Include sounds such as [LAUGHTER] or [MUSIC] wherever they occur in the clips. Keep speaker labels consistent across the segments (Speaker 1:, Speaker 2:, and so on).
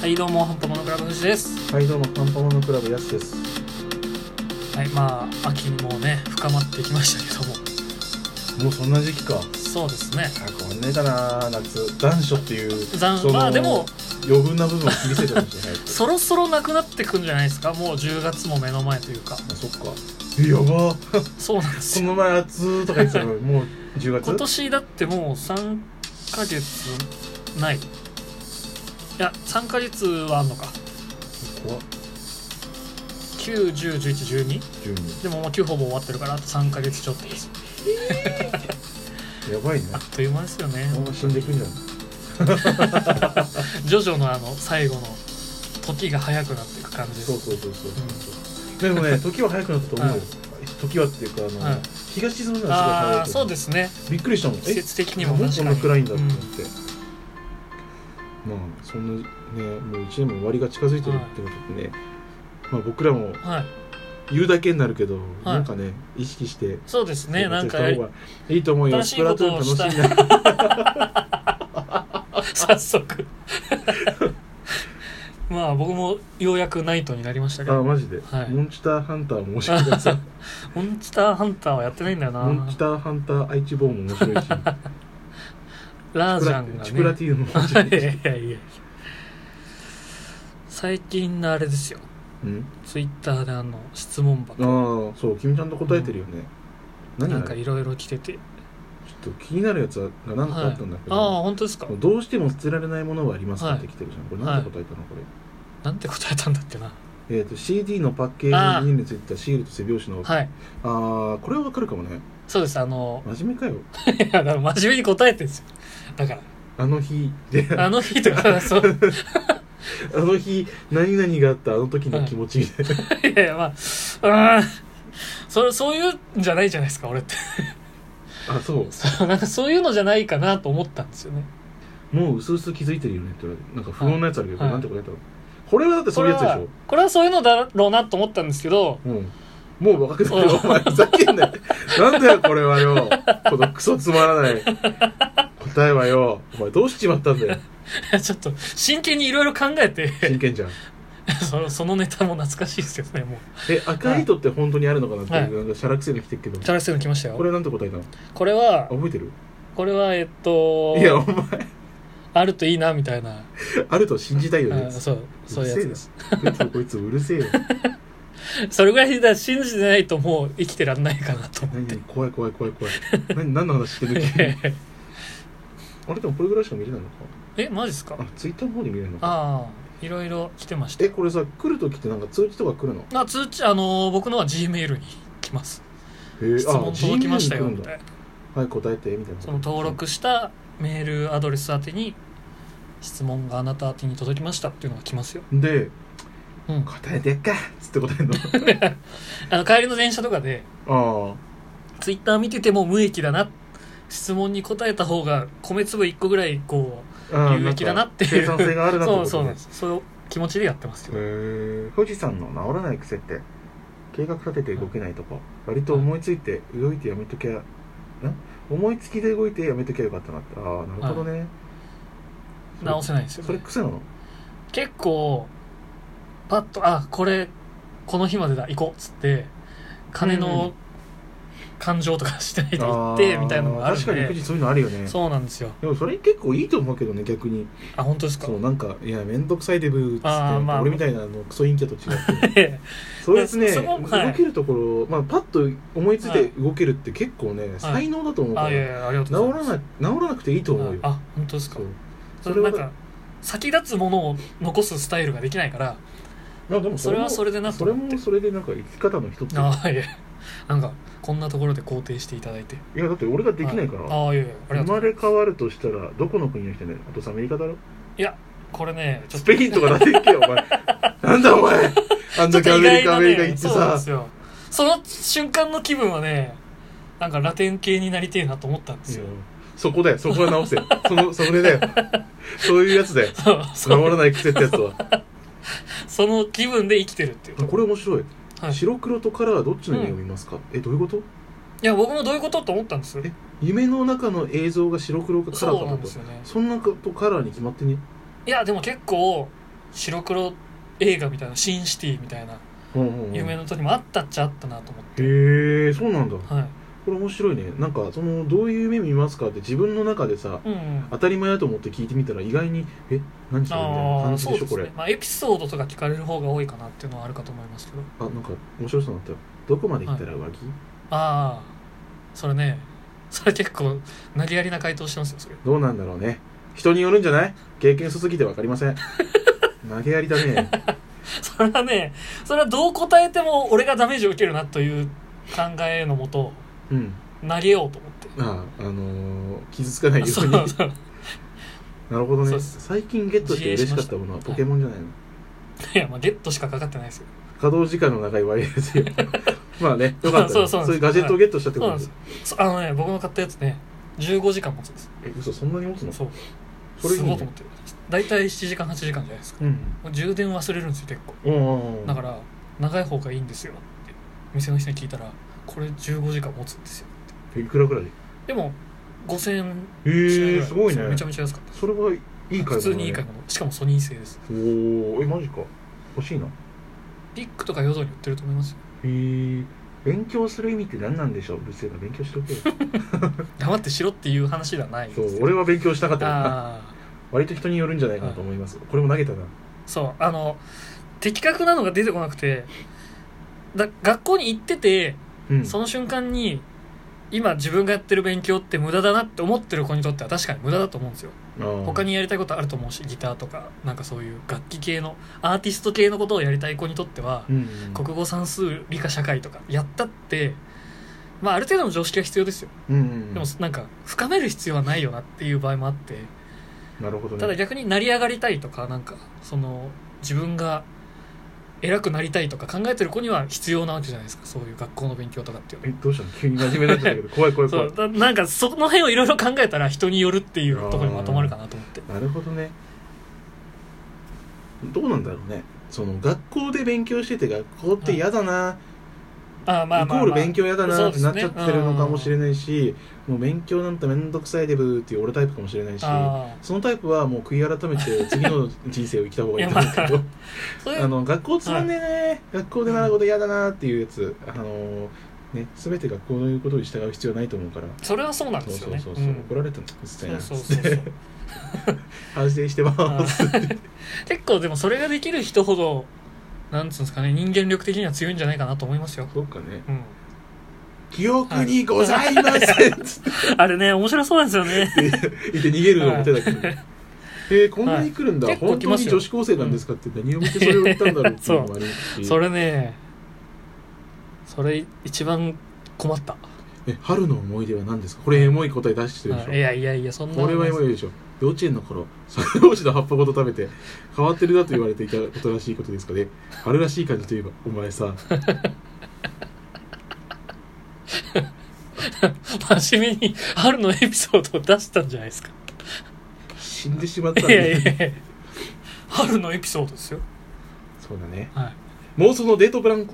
Speaker 1: はいどうも本当モノクラブ藤です
Speaker 2: はいどうもパンパモノクラブやすです
Speaker 1: はいまあ秋にもうね深まってきましたけども
Speaker 2: もうそんな時期か
Speaker 1: そうですね
Speaker 2: あこんねだな夏残暑っていう
Speaker 1: 残
Speaker 2: その
Speaker 1: まあでも
Speaker 2: 余分な部分を見せてるんじゃない
Speaker 1: そろそろなくなってくんじゃないですかもう10月も目の前というか
Speaker 2: あそっかえやばー
Speaker 1: そうなんです
Speaker 2: こ
Speaker 1: よ
Speaker 2: の前暑とか言って
Speaker 1: [LAUGHS]
Speaker 2: たのにもう10月
Speaker 1: 今年だってもう3ヶ月ないいや3ヶ月はあんのか
Speaker 2: 怖っ
Speaker 1: 9101112
Speaker 2: 12
Speaker 1: でももう9ほぼ終わってるからあと3ヶ月ちょっとです
Speaker 2: やばいね
Speaker 1: あっという間ですよね
Speaker 2: あんま死んでいくんじゃない
Speaker 1: ジョジョのあの最後の時が早くなっていく感じです
Speaker 2: そうそうそうそう、で
Speaker 1: [LAUGHS]
Speaker 2: もね時は早くなったと思うよ、
Speaker 1: はい
Speaker 2: 時はっていうかあ
Speaker 1: は
Speaker 2: の、
Speaker 1: い
Speaker 2: 日が沈むの
Speaker 1: あ
Speaker 2: が
Speaker 1: あ
Speaker 2: すごい早いと
Speaker 1: そうですね
Speaker 2: びっくりしたもん
Speaker 1: 季節的にも確か
Speaker 2: こん
Speaker 1: に
Speaker 2: な暗いんだと
Speaker 1: う
Speaker 2: 思っ
Speaker 1: ん
Speaker 2: て、まあそんなねもう1年も終わりが近づいてるってことでね、まあ、僕らも
Speaker 1: はい
Speaker 2: 言うだけになるけど、
Speaker 1: い
Speaker 2: なんかね意識して
Speaker 1: そうですねなんか
Speaker 2: やった方がいいと思うよ
Speaker 1: 楽しいことをしたい
Speaker 2: スプラトゥーン楽しいな
Speaker 1: [LAUGHS] 早速 [LAUGHS] まあ僕もようやくナイトになりましたけ
Speaker 2: あ
Speaker 1: ど
Speaker 2: マジで、
Speaker 1: [LAUGHS] はい
Speaker 2: モンチターハンターも面白いか
Speaker 1: [LAUGHS]
Speaker 2: らさ
Speaker 1: モンスターハンターはやってないんだよ
Speaker 2: モン
Speaker 1: な
Speaker 2: チターハンターアイチボーンも面
Speaker 1: [LAUGHS]
Speaker 2: 白いし
Speaker 1: ラージャンが
Speaker 2: チプラ
Speaker 1: ね
Speaker 2: ティーノも面白い
Speaker 1: いや
Speaker 2: し
Speaker 1: いやいや最近のあれですよ
Speaker 2: うん
Speaker 1: ツイッターであの質問箱
Speaker 2: ああそう君ちゃんと答えてるよね、何
Speaker 1: な
Speaker 2: あ
Speaker 1: ん
Speaker 2: れ
Speaker 1: かいろいろ来てて
Speaker 2: ちょっと気になるやつが何かあったんだけど、
Speaker 1: はい、ああ本当ですか
Speaker 2: どうしても捨てられないものはありますか
Speaker 1: はい
Speaker 2: って来てるじゃん。これなんて答えたのこれ。
Speaker 1: なんて答えたんだっけな
Speaker 2: えっ、と CD のパッケージについたシールと背表紙の。あ
Speaker 1: はい
Speaker 2: あーこれはわかるかもね。
Speaker 1: そうですあの
Speaker 2: 真面目かよ。
Speaker 1: [LAUGHS] いやだから真面目に答えてるんですよだか
Speaker 2: あの日で [LAUGHS]
Speaker 1: らあの日とかそう
Speaker 2: あの日何々があったあの時の気持ちみたいな。
Speaker 1: いやいやまあうーんそれそういうんじゃないじゃないですか俺って
Speaker 2: あそう。
Speaker 1: そうなんかそういうのじゃないかなと思ったんですよね
Speaker 2: もう薄々気づいてるよねって言われてなんか不穏なやつあるけど、こ
Speaker 1: はい
Speaker 2: れなんて答えたの。これはだってそういうやつでし
Speaker 1: これはこれはそういうのだろうなと思ったんですけど [LAUGHS]
Speaker 2: ょ。うん。もう分かってるよ。お前ふざけんなよ。なんだよこれはよ。このクソつまらない答えはよ。お前どうしちまったんだよ。
Speaker 1: ちょっと真剣にいろいろ考えて [LAUGHS]
Speaker 2: 真剣じゃん。
Speaker 1: そのそのネタも懐かしいですよねも
Speaker 2: え赤い糸って本当にあるのかなっていう、なんかシャラくせに来てるけど、
Speaker 1: うチャラクセル来ましたよ
Speaker 2: こ
Speaker 1: これ
Speaker 2: れなんて答えたのあ
Speaker 1: は
Speaker 2: 覚えてる
Speaker 1: これはえっと
Speaker 2: いやお前
Speaker 1: あるといいなみたいな、
Speaker 2: あると信じたいよね
Speaker 1: うんそうそういうやつです
Speaker 2: うるせえなこいつこいつう
Speaker 1: [LAUGHS]
Speaker 2: るせえよ
Speaker 1: それぐらいだ信じてないともう生きてらんないかなと思っ
Speaker 2: 何
Speaker 1: て
Speaker 2: 何怖い怖い怖い怖い何何の話してるあれでもこれぐらいしか見れないのか
Speaker 1: [LAUGHS] えマジですか
Speaker 2: あツイッターの方で見れるのか
Speaker 1: ああいろいろ来てました
Speaker 2: えこれさ来る時ってなんか通知とか来るの
Speaker 1: まあ通知あのー僕のは G メールに来ます
Speaker 2: へえ
Speaker 1: 質問届きましたよ
Speaker 2: Gmail に来るんだはい答えてみたいな
Speaker 1: その登録したメールアドレス宛てに質問があなた宛てに届きましたっていうのが来ますよ、
Speaker 2: で
Speaker 1: うん、
Speaker 2: 答えてやっかつって答え
Speaker 1: [LAUGHS]
Speaker 2: るの
Speaker 1: あの帰りの電車とかで
Speaker 2: ああ
Speaker 1: ツイッター見てても無益だな質問に答えた方が米粒1個ぐらいこ
Speaker 2: ああ
Speaker 1: 有益だなっていう
Speaker 2: 生産性がある
Speaker 1: う
Speaker 2: なっ
Speaker 1: そう
Speaker 2: てことね
Speaker 1: そうなんですそういう気持ちでやってますよ
Speaker 2: へー富士山の治らない癖って計画立てて動けないとか割と思いついて動いてやめときゃな思いつきで動いてやめときゃよかったなってああなるほどね、それ
Speaker 1: 直せないですよね
Speaker 2: それ癖なの
Speaker 1: 結構パッとあこれこの日までだ行こうっつって金
Speaker 2: うんう
Speaker 1: の
Speaker 2: ん
Speaker 1: 勘定とかしてないで行って
Speaker 2: あー
Speaker 1: みたいなのがあるん
Speaker 2: 確かに富
Speaker 1: で
Speaker 2: 士そういうのあるよね
Speaker 1: そうなんですよ
Speaker 2: でもそれ結構いいと思うけどね逆に
Speaker 1: あ本当ですか
Speaker 2: そうなんかいや面倒くさいデブっつって、
Speaker 1: あーまあ
Speaker 2: 俺みたいなあのクソ陰キャと違って
Speaker 1: [LAUGHS] は
Speaker 2: そういうやつね
Speaker 1: そそこはい
Speaker 2: 動けるところ、まあ、パッと思いついて動けるって結構ね、才能だと思うから、
Speaker 1: あいやいやありが
Speaker 2: 治
Speaker 1: とうござい
Speaker 2: ら
Speaker 1: ます
Speaker 2: な
Speaker 1: ない
Speaker 2: 治らなくていいと思うよ
Speaker 1: あ本当ですか
Speaker 2: そう
Speaker 1: そ
Speaker 2: それ
Speaker 1: れな
Speaker 2: は
Speaker 1: んか先立つものを残すスタイルができないから
Speaker 2: まあでも
Speaker 1: それはそれでなと
Speaker 2: それ
Speaker 1: 思って
Speaker 2: もそれでなんか生き方の一つよ
Speaker 1: あいやなんかこんなところで肯定していただいて
Speaker 2: いやだって俺ができないから、
Speaker 1: ああいやいやありが
Speaker 2: 生
Speaker 1: とう
Speaker 2: まれ変わるとしたらどこの国の人ねあとさアメリカだろ
Speaker 1: いやこれねちょっ
Speaker 2: ス
Speaker 1: と
Speaker 2: ペインとか出ていけよお
Speaker 1: [LAUGHS]
Speaker 2: 前なんだお前あん
Speaker 1: ちょっ
Speaker 2: だ
Speaker 1: と
Speaker 2: けア
Speaker 1: 意外
Speaker 2: メリカ
Speaker 1: な
Speaker 2: アメリカ行
Speaker 1: ね、
Speaker 2: って
Speaker 1: そうなん
Speaker 2: さ
Speaker 1: ですよ。その瞬間の気分はね、なんかラテン系になりてえなと思ったんですよ
Speaker 2: い。やそこだよそこは直せそのそ
Speaker 1: [LAUGHS]
Speaker 2: れだよそういうやつだよ
Speaker 1: そう
Speaker 2: 治
Speaker 1: そう
Speaker 2: らない癖ってやつは
Speaker 1: [LAUGHS] その気分で生きてるっていうと
Speaker 2: これ面白い、
Speaker 1: はい、い
Speaker 2: 白黒とカラーはどっちの夢を見ますか、えどういうこと
Speaker 1: や、僕もどういうことと思ったんですよ。
Speaker 2: え夢の中の映像が白黒かカラ
Speaker 1: そ
Speaker 2: ー
Speaker 1: う
Speaker 2: か
Speaker 1: な
Speaker 2: と
Speaker 1: んですよね。
Speaker 2: そんなことカラーに決まってね
Speaker 1: いや、でも結構、白黒映画みたいなシンシティみたいな
Speaker 2: うんうんうん
Speaker 1: 有名な時もあったっちゃあったなと思っ
Speaker 2: へ
Speaker 1: て、
Speaker 2: えそうなんだ
Speaker 1: はい
Speaker 2: これ面白いねなんかそのどういう夢見ますかって自分の中でさ
Speaker 1: うんうん、
Speaker 2: 当たり前だと思って聞いてみたら意外に「え何それ?」みたいな
Speaker 1: あ
Speaker 2: 感
Speaker 1: あ
Speaker 2: じ
Speaker 1: そ
Speaker 2: で
Speaker 1: う
Speaker 2: しょ
Speaker 1: です
Speaker 2: これ
Speaker 1: ね、まあ、エピソードとか聞かれる方が多いかなっていうのはあるかと思いますけど
Speaker 2: あなんか面白そうになったよどこまで行ったら上着、
Speaker 1: ああそれねそれ結構投げやりな回答してますよそれ [LAUGHS]
Speaker 2: どうなんだろうね人によるんじゃない経験すすぎて分かりま
Speaker 1: [LAUGHS]
Speaker 2: せん投げやりだね
Speaker 1: それはねそれはどう答えても俺がダメージを受けるなという考えのもと
Speaker 2: うん
Speaker 1: 投げようと思って
Speaker 2: ああのー、傷つかないよ
Speaker 1: そうう
Speaker 2: に
Speaker 1: そう
Speaker 2: なるほど
Speaker 1: そう
Speaker 2: ね
Speaker 1: です
Speaker 2: 最近ゲットして嬉しかったものはポケモンじゃないの、
Speaker 1: いやまあゲットしかかかってないですよ
Speaker 2: 稼働時間の長い割合ですよまあねよかったね
Speaker 1: そうそうなんです
Speaker 2: いうガジェットをゲットしたって
Speaker 1: そう
Speaker 2: こ
Speaker 1: な
Speaker 2: と
Speaker 1: ん
Speaker 2: で
Speaker 1: ですすそあのね僕の買ったやつね15時間持つんです
Speaker 2: え嘘そんなに持つの
Speaker 1: そう
Speaker 2: それいい
Speaker 1: す
Speaker 2: ね
Speaker 1: ごいと思って大体7時間8時間じゃないですか
Speaker 2: うん
Speaker 1: 充電忘れるんですよ結構
Speaker 2: うんうん
Speaker 1: だから長い方がいいんですよって店の人に聞いたらこれ15時間持つんですよ
Speaker 2: いくらぐらい
Speaker 1: でも5000円ぐ
Speaker 2: えー、
Speaker 1: ら
Speaker 2: すごい
Speaker 1: そ
Speaker 2: ね
Speaker 1: うめちゃめちゃ安かったです
Speaker 2: それはいい買い物、ね、
Speaker 1: 普通にいい買い物しかもソニー製です
Speaker 2: おおえマジか欲しいな
Speaker 1: ビッグとかヨドに売ってると思いますよ
Speaker 2: へえ勉強する意味って何なんでしょううるせえな勉強し
Speaker 1: [LAUGHS]
Speaker 2: とけよ
Speaker 1: 黙ってしろっていう話ではないです
Speaker 2: そ
Speaker 1: よ
Speaker 2: う俺は勉強したかったから
Speaker 1: ああ
Speaker 2: 割と人によるんじゃないかなと思います、これも投げたな
Speaker 1: そうあの的確なのが出てこなくてだ学校に行ってて
Speaker 2: うん
Speaker 1: その瞬間に今自分がやってる勉強って無駄だなって思ってる子にとっては確かに無駄だと思うんですよ他
Speaker 2: に
Speaker 1: にやりたいことあると思うしギターとかなんかそういう楽器系のアーティスト系のことをやりたい子にとっては、
Speaker 2: うん
Speaker 1: 国語算数理科社会とかやったって、まあ、ある程度の常識は必要ですよ、
Speaker 2: うんうん
Speaker 1: でもなんか深める必要はないよなっていう場合もあって
Speaker 2: なるほどね
Speaker 1: ただ逆に成り上がりたいとかなんかその自分が偉くなりたいとか考えてる子には必要なわけじゃないですかそういう学校の勉強とかっていうの
Speaker 2: え
Speaker 1: は
Speaker 2: どうしたの急に真面目になっちゃった
Speaker 1: [LAUGHS]
Speaker 2: けど怖い怖い
Speaker 1: そ
Speaker 2: 怖いう
Speaker 1: だなんかその辺をいろいろ考えたら人によるっていうところにまとまるかなと思って
Speaker 2: なるほどねどうなんだろうねその学校で勉強してて学校って嫌だな、
Speaker 1: あーまあまあ、まあ、
Speaker 2: イコール勉強嫌だ
Speaker 1: そ
Speaker 2: な
Speaker 1: うで
Speaker 2: って
Speaker 1: すね
Speaker 2: なっちゃってるのかもしれないし、もう勉強なんて面倒くさいでブーっていう俺タイプかもしれないし
Speaker 1: あ
Speaker 2: そのタイプはもう悔い改め
Speaker 1: [LAUGHS]
Speaker 2: て次の人生を生きた方がいいと思うけど、
Speaker 1: ーそうい
Speaker 2: [LAUGHS] あ
Speaker 1: う
Speaker 2: の学校つまんねえね、学校で習うこと嫌だなっていうやつ、あのね、全て学校の言うことに従う必要はないと思うから。
Speaker 1: それはそうなん
Speaker 2: そ
Speaker 1: で
Speaker 2: う
Speaker 1: すよ
Speaker 2: そう
Speaker 1: ね
Speaker 2: そうそう、
Speaker 1: うん
Speaker 2: 怒られたのうっせえな
Speaker 1: そうそうそうそう
Speaker 2: 反省してま
Speaker 1: あ
Speaker 2: す
Speaker 1: ー結構でもそれができる人ほどなんつうんですかね人間力的には強いんじゃないかなと思いますよ、
Speaker 2: [LAUGHS] そうかね
Speaker 1: うん、
Speaker 2: 記憶にございませんっつって
Speaker 1: あれね面白そうなんですよね
Speaker 2: 言って逃げるのも手だけどねえー、こんなに来るんだ、
Speaker 1: はい結構
Speaker 2: 本
Speaker 1: 来
Speaker 2: 当
Speaker 1: ま
Speaker 2: に
Speaker 1: すよ
Speaker 2: 女子高生なんですかって何を見てそれを言ったんだろうっていうのもありますし
Speaker 1: それねそれ一番困った
Speaker 2: [LAUGHS] え春の思い出は何ですかこれエモい答え出してるでしょ、
Speaker 1: うんいやいやいやそんな
Speaker 2: これはエモいでしょ幼稚園の頃桜餅の葉っぱごと食べて変わってるだと言われていたことらしいことですかね春らしい感じといえばお前さ
Speaker 1: 真面目に春のエピソードを出したんじゃないですか
Speaker 2: 死んでしまったん
Speaker 1: いやい
Speaker 2: で
Speaker 1: やいや春のエピソードですよ
Speaker 2: そうだね
Speaker 1: はい
Speaker 2: 妄想のデートプランん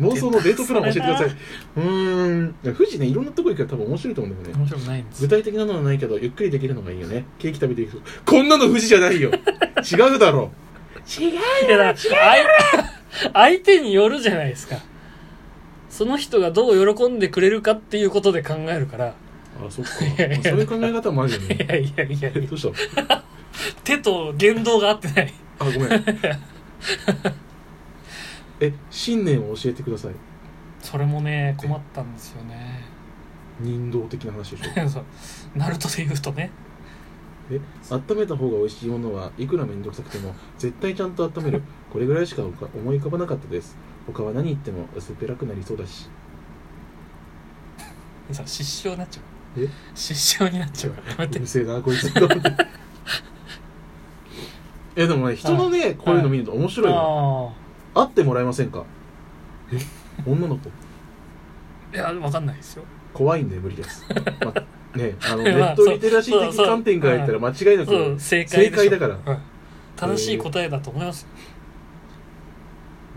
Speaker 2: 妄想のデートプラン教えてください
Speaker 1: 出
Speaker 2: うーん富士ねいろんなとこ行くから多分面白いと思うんだよね
Speaker 1: 面白くないんです
Speaker 2: 具体的なのはないけどゆっくりできるのがいいよねケーキ食べていくとこんなの富士じゃないよ違うだろ違う
Speaker 1: いやだから相相手によるじゃないですかその人がどう喜んでくれるかっていうことで考えるから
Speaker 2: あそっか
Speaker 1: いやいや
Speaker 2: まあそういう考え方もあるよ
Speaker 1: い
Speaker 2: ね
Speaker 1: やいやいやい
Speaker 2: え
Speaker 1: や
Speaker 2: どうした
Speaker 1: 手と言動が合ってない
Speaker 2: あごめんえ信念を教えてください
Speaker 1: それもね困ったんですよね [LAUGHS]
Speaker 2: 人道的な話でしょ
Speaker 1: そうナルトで言うとね
Speaker 2: え温めた方が美味しいものはいくら面倒くさくても絶対ちゃんと温めるこれぐらいしかおか思い浮かばなかったです他は何言っても薄っぺらくなりそうだし
Speaker 1: さ失笑になっちゃう
Speaker 2: え
Speaker 1: 失笑になっちゃうからやめ
Speaker 2: う
Speaker 1: て
Speaker 2: るせえなこいつ [LAUGHS] えでもね人のねこういうの見ると面白いわ
Speaker 1: あ
Speaker 2: 会ってもらえませんかえ女の子
Speaker 1: あいやわかんないですよ
Speaker 2: 怖いんで無理です、まねあ
Speaker 1: [LAUGHS]
Speaker 2: の
Speaker 1: ま
Speaker 2: ネ
Speaker 1: あ
Speaker 2: ットリテラシー的観点から言ったら間違いなく
Speaker 1: そう正解でしょ
Speaker 2: 正解だから
Speaker 1: うん正しい答えだと思いますよ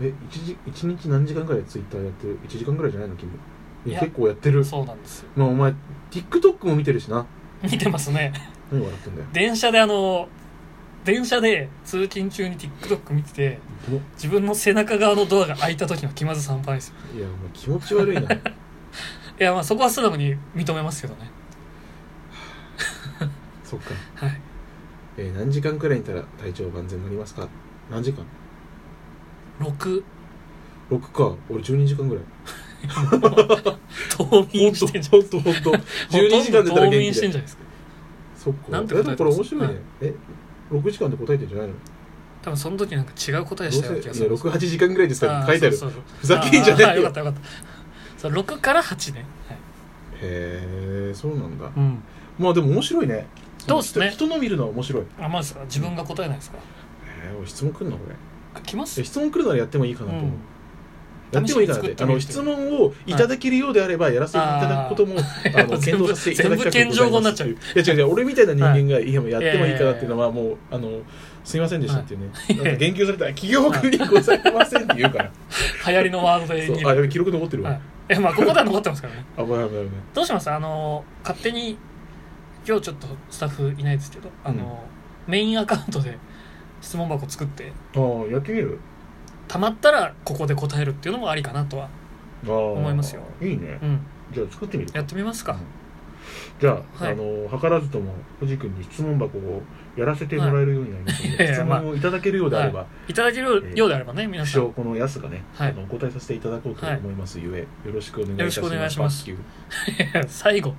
Speaker 2: え一時一日何時間ぐらいツイッターやってる1時間ぐらいじゃないの君い
Speaker 1: い
Speaker 2: や
Speaker 1: や
Speaker 2: 結構やってる
Speaker 1: そうなんですよ
Speaker 2: まあお前
Speaker 1: [LAUGHS]
Speaker 2: TikTok も見てるしな
Speaker 1: 見てますね
Speaker 2: 何笑ってんだよ
Speaker 1: 電車であの電車で通勤中に TikTok 見てて自分の背中側のドアが開いた時の気まずさ半端ないですよ
Speaker 2: いやもう気持ち悪いな [LAUGHS]
Speaker 1: いやまあそこは素直に認めますけどね
Speaker 2: そっか、
Speaker 1: はい
Speaker 2: えー何時間くらいにいたら体調万全になりますか何時間
Speaker 1: 6
Speaker 2: 6か俺12時間ぐらい
Speaker 1: 冬眠してんじゃん
Speaker 2: ほんとほんとほんと12時間でた
Speaker 1: 冬
Speaker 2: ら元
Speaker 1: 眠
Speaker 2: 気
Speaker 1: してんじゃない
Speaker 2: で
Speaker 1: ですか
Speaker 2: そっか
Speaker 1: なんて
Speaker 2: え
Speaker 1: 答え
Speaker 2: で
Speaker 1: て
Speaker 2: も
Speaker 1: ます
Speaker 2: これ面白いね、
Speaker 1: はい
Speaker 2: え6時間で答えてんじゃないのど
Speaker 1: 多分その時なんか違う答え
Speaker 2: う
Speaker 1: し
Speaker 2: せ
Speaker 1: たような気がす
Speaker 2: いや
Speaker 1: る
Speaker 2: 68時間ぐらいですから
Speaker 1: あー
Speaker 2: 書いてある
Speaker 1: そうそう
Speaker 2: ふざけんじゃねえよ
Speaker 1: あーあーよかったよかったそう6から8ね、はい
Speaker 2: へえそうなんだ
Speaker 1: うん、
Speaker 2: まあでも面白いね
Speaker 1: そうっすね
Speaker 2: 人人の見るのは面白い
Speaker 1: あまず自分が答えないですか
Speaker 2: えー、俺質問来るのこれ
Speaker 1: あ来ます
Speaker 2: え質問来るならやってもいいか
Speaker 1: う
Speaker 2: なと思う、
Speaker 1: ん
Speaker 2: やってもいいかなっ
Speaker 1: 試しに作ってみる
Speaker 2: て
Speaker 1: と
Speaker 2: あの質問をいただけるようであればやらせていただくことも、あの
Speaker 1: あー
Speaker 2: 検討させていただきたく
Speaker 1: 全部全部謙譲語になっちゃう
Speaker 2: いや違う違う俺みたいな人間が、い、やもうやってもいいかなっていうのはもうあのすいませんでしたっていうね、
Speaker 1: はい
Speaker 2: なんか言及されたら「企業国にございません」って言うから
Speaker 1: 流行りのワードで
Speaker 2: そ
Speaker 1: 見
Speaker 2: う
Speaker 1: る
Speaker 2: あやべ記録残ってるわ、
Speaker 1: はい、えまあここでは残ってますからね
Speaker 2: あ危ない危ない危ない
Speaker 1: どうしますあの勝手に今日ちょっとスタッフいないですけどあの、メインアカウントで質問箱作って
Speaker 2: ああやってみる
Speaker 1: たまったらここで答えるっていうのもありかなとは
Speaker 2: ああ
Speaker 1: 思いますよ
Speaker 2: いいね
Speaker 1: うん
Speaker 2: じゃあ作ってみる
Speaker 1: やってみますか、
Speaker 2: じゃあ、
Speaker 1: はい
Speaker 2: あの図らずとも藤君に質問箱をやらせてもらえるようになりますの
Speaker 1: は
Speaker 2: で、
Speaker 1: いいやいやまあ
Speaker 2: 質問をいただけるようであれば、
Speaker 1: いただけるようであればね皆
Speaker 2: 一
Speaker 1: さん
Speaker 2: 生このやすがね、
Speaker 1: はい
Speaker 2: あのお答えさせていただこうと思いますゆえ、よろしくお願いいたし
Speaker 1: よろ
Speaker 2: ます
Speaker 1: しくお願いします
Speaker 2: バッキュ
Speaker 1: [LAUGHS] 最後